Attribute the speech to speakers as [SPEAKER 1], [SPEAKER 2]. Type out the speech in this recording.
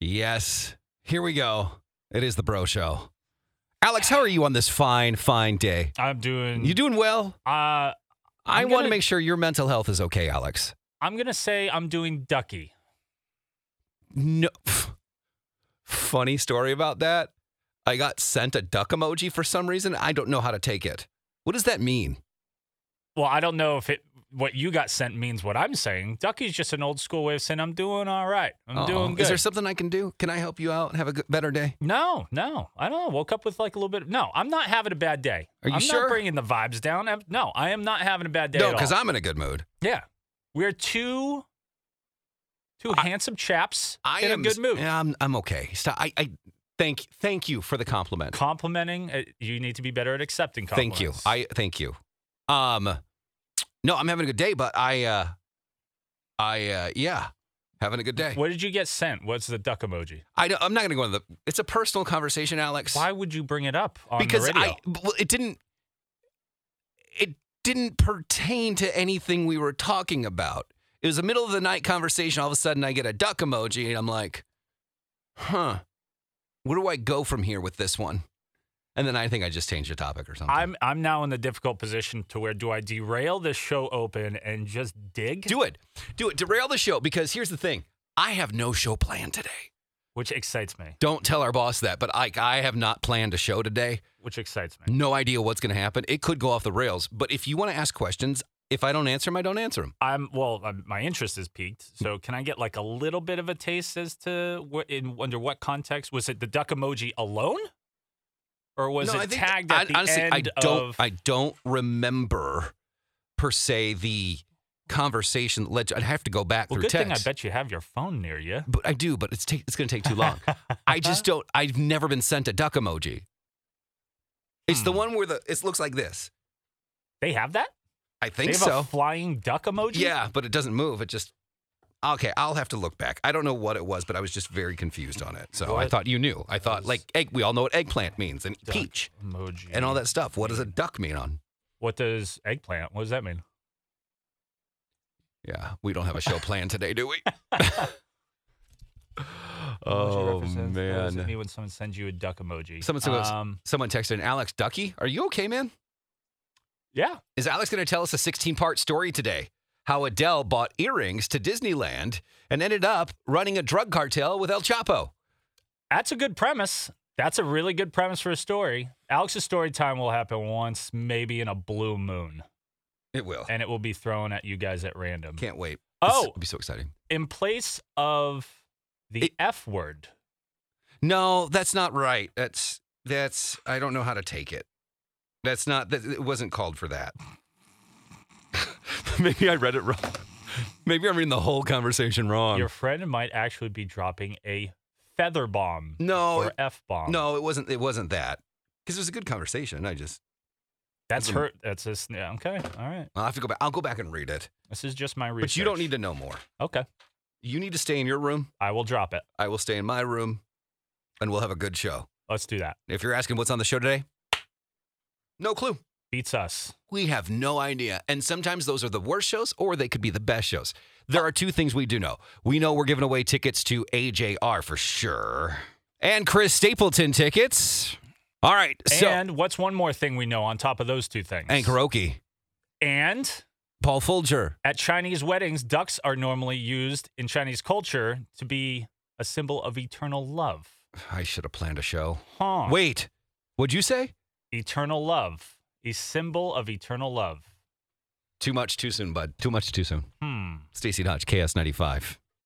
[SPEAKER 1] Yes. Here we go. It is the Bro Show. Alex, how are you on this fine, fine day?
[SPEAKER 2] I'm doing.
[SPEAKER 1] You doing well?
[SPEAKER 2] Uh,
[SPEAKER 1] i
[SPEAKER 2] I'm
[SPEAKER 1] want to
[SPEAKER 2] gonna-
[SPEAKER 1] make sure your mental health is okay, Alex.
[SPEAKER 2] I'm gonna say I'm doing ducky.
[SPEAKER 1] No. Funny story about that. I got sent a duck emoji for some reason. I don't know how to take it. What does that mean?
[SPEAKER 2] Well, I don't know if it what you got sent means what I'm saying. Ducky's just an old school way of saying I'm doing all right. I'm
[SPEAKER 1] Uh-oh.
[SPEAKER 2] doing good.
[SPEAKER 1] Is there something I can do? Can I help you out and have a good, better day?
[SPEAKER 2] no, no, I don't know. Woke up with like a little bit. No, I'm not having a bad day.
[SPEAKER 1] Are you
[SPEAKER 2] I'm
[SPEAKER 1] sure?
[SPEAKER 2] not bringing the vibes down. I'm- no, I am not having a bad day.
[SPEAKER 1] no,
[SPEAKER 2] because
[SPEAKER 1] I'm in a good mood.
[SPEAKER 2] yeah, we're two two handsome chaps
[SPEAKER 1] I
[SPEAKER 2] in
[SPEAKER 1] am
[SPEAKER 2] a good mood.
[SPEAKER 1] Yeah, I'm, I'm okay. Stop. I, I thank thank you for the compliment.
[SPEAKER 2] Complimenting, uh, you need to be better at accepting
[SPEAKER 1] Thank you.
[SPEAKER 2] compliments.
[SPEAKER 1] I thank you. Um, no, I'm having a good day, but I, uh, I, uh, yeah, having a good day.
[SPEAKER 2] What did you get sent? What's the duck emoji?
[SPEAKER 1] I don't, I'm not gonna go into the. It's a personal conversation, Alex.
[SPEAKER 2] Why would you bring it up on
[SPEAKER 1] Because
[SPEAKER 2] the radio?
[SPEAKER 1] I, well, it didn't, it didn't pertain to anything we were talking about. It was a middle of the night conversation. All of a sudden, I get a duck emoji, and I'm like, huh, where do I go from here with this one? And then I think I just changed the topic or something.
[SPEAKER 2] I'm I'm now in the difficult position to where do I derail this show open and just dig?
[SPEAKER 1] Do it. Do it. Derail the show because here's the thing. I have no show planned today.
[SPEAKER 2] which excites me.
[SPEAKER 1] Don't tell our boss that, but I, I have not planned a show today.
[SPEAKER 2] Which excites me.
[SPEAKER 1] No idea what's going to happen. It could go off the rails, but if you want to ask questions, if I don't answer them, I don't answer them.
[SPEAKER 2] I'm well. i my interest is peaked. So can I get like a little bit of a taste as to what in under what context was it the duck emoji alone, or was
[SPEAKER 1] No,
[SPEAKER 2] it
[SPEAKER 1] I think-
[SPEAKER 2] tagged
[SPEAKER 1] I-
[SPEAKER 2] at the
[SPEAKER 1] honestly,
[SPEAKER 2] end
[SPEAKER 1] I don't,
[SPEAKER 2] of?
[SPEAKER 1] I don't remember per se the conversation. that led to- I'd have to go back
[SPEAKER 2] well,
[SPEAKER 1] through
[SPEAKER 2] good
[SPEAKER 1] text.
[SPEAKER 2] thing I bet you have your phone near you.
[SPEAKER 1] But I do, but it's, take, it's going to take too long. I just don't. I've never been sent a duck emoji. It's the
[SPEAKER 2] Hmm.
[SPEAKER 1] one where the it looks like this.
[SPEAKER 2] They have that.
[SPEAKER 1] I think
[SPEAKER 2] they have
[SPEAKER 1] so.
[SPEAKER 2] a flying duck emoji.
[SPEAKER 1] Yeah, but it doesn't move. It just okay. I'll have to look back. I don't know what it was, but I was just very confused on it. So I
[SPEAKER 2] What
[SPEAKER 1] thought you knew. I thought
[SPEAKER 2] does
[SPEAKER 1] like egg. We all know what eggplant means and
[SPEAKER 2] Duck
[SPEAKER 1] peach
[SPEAKER 2] emoji
[SPEAKER 1] and all that stuff. What does a duck mean on?
[SPEAKER 2] What does eggplant? What does that mean?
[SPEAKER 1] Yeah, we don't have a show plan today, do we?
[SPEAKER 2] emoji
[SPEAKER 1] oh
[SPEAKER 2] represents- what does it
[SPEAKER 1] man!
[SPEAKER 2] mean when someone sends you a duck emoji?
[SPEAKER 1] Someone says-
[SPEAKER 2] um,
[SPEAKER 1] Someone texted Alex Ducky. Are you okay, man?
[SPEAKER 2] yeah.
[SPEAKER 1] Is Alex going to tell us a 16 part story today? How Adele bought earrings to Disneyland and ended up running a drug cartel with El Chapo.
[SPEAKER 2] That's a good premise. That's a really good premise for a story. Alex's story time will happen once, maybe in a blue moon,
[SPEAKER 1] It will.
[SPEAKER 2] and it will be thrown at you guys at random.
[SPEAKER 1] Can't wait.
[SPEAKER 2] Oh.
[SPEAKER 1] it'll be so exciting.
[SPEAKER 2] In place of the
[SPEAKER 1] It-
[SPEAKER 2] F word,
[SPEAKER 1] No, that's not right. That's that's I don't know how to take it. That's not that it wasn't called for that. Maybe I read it wrong. Maybe I'm reading the whole conversation wrong.
[SPEAKER 2] your friend might actually be dropping a feather bomb
[SPEAKER 1] No,
[SPEAKER 2] or
[SPEAKER 1] it-
[SPEAKER 2] F bomb.
[SPEAKER 1] no, it wasn't it wasn't that. Cuz it was a good conversation. I just
[SPEAKER 2] that's
[SPEAKER 1] it's a-
[SPEAKER 2] her. That's this. Yeah, okay. All right.
[SPEAKER 1] I'll have to go back. I'll go back and read it.
[SPEAKER 2] This is just my research.
[SPEAKER 1] But you don't need to know more.
[SPEAKER 2] Okay.
[SPEAKER 1] You need to stay in your room.
[SPEAKER 2] I will drop it.
[SPEAKER 1] I will stay in my room and we'll have a good show.
[SPEAKER 2] Let's do that.
[SPEAKER 1] If you're asking what's on the show today, no clue.
[SPEAKER 2] Beats us.
[SPEAKER 1] We have no idea. And sometimes those are the worst shows or they could be the best shows. There are two things we do know. We know we're giving away tickets to AJR for sure. And Chris Stapleton tickets. All right. So and,
[SPEAKER 2] and what's one more thing we know on top of those two things?
[SPEAKER 1] karaoke.
[SPEAKER 2] And
[SPEAKER 1] Paul Folger.
[SPEAKER 2] at Chinese weddings, ducks are normally used in Chinese culture to be a symbol of eternal love.
[SPEAKER 1] I should have planned a show.
[SPEAKER 2] Huh.
[SPEAKER 1] Wait. What'd you say?
[SPEAKER 2] Eternal love. A symbol of eternal love.
[SPEAKER 1] Too much too soon, bud. Too much too soon.
[SPEAKER 2] Hmm.
[SPEAKER 1] Stacy Dodge, KS ninety five.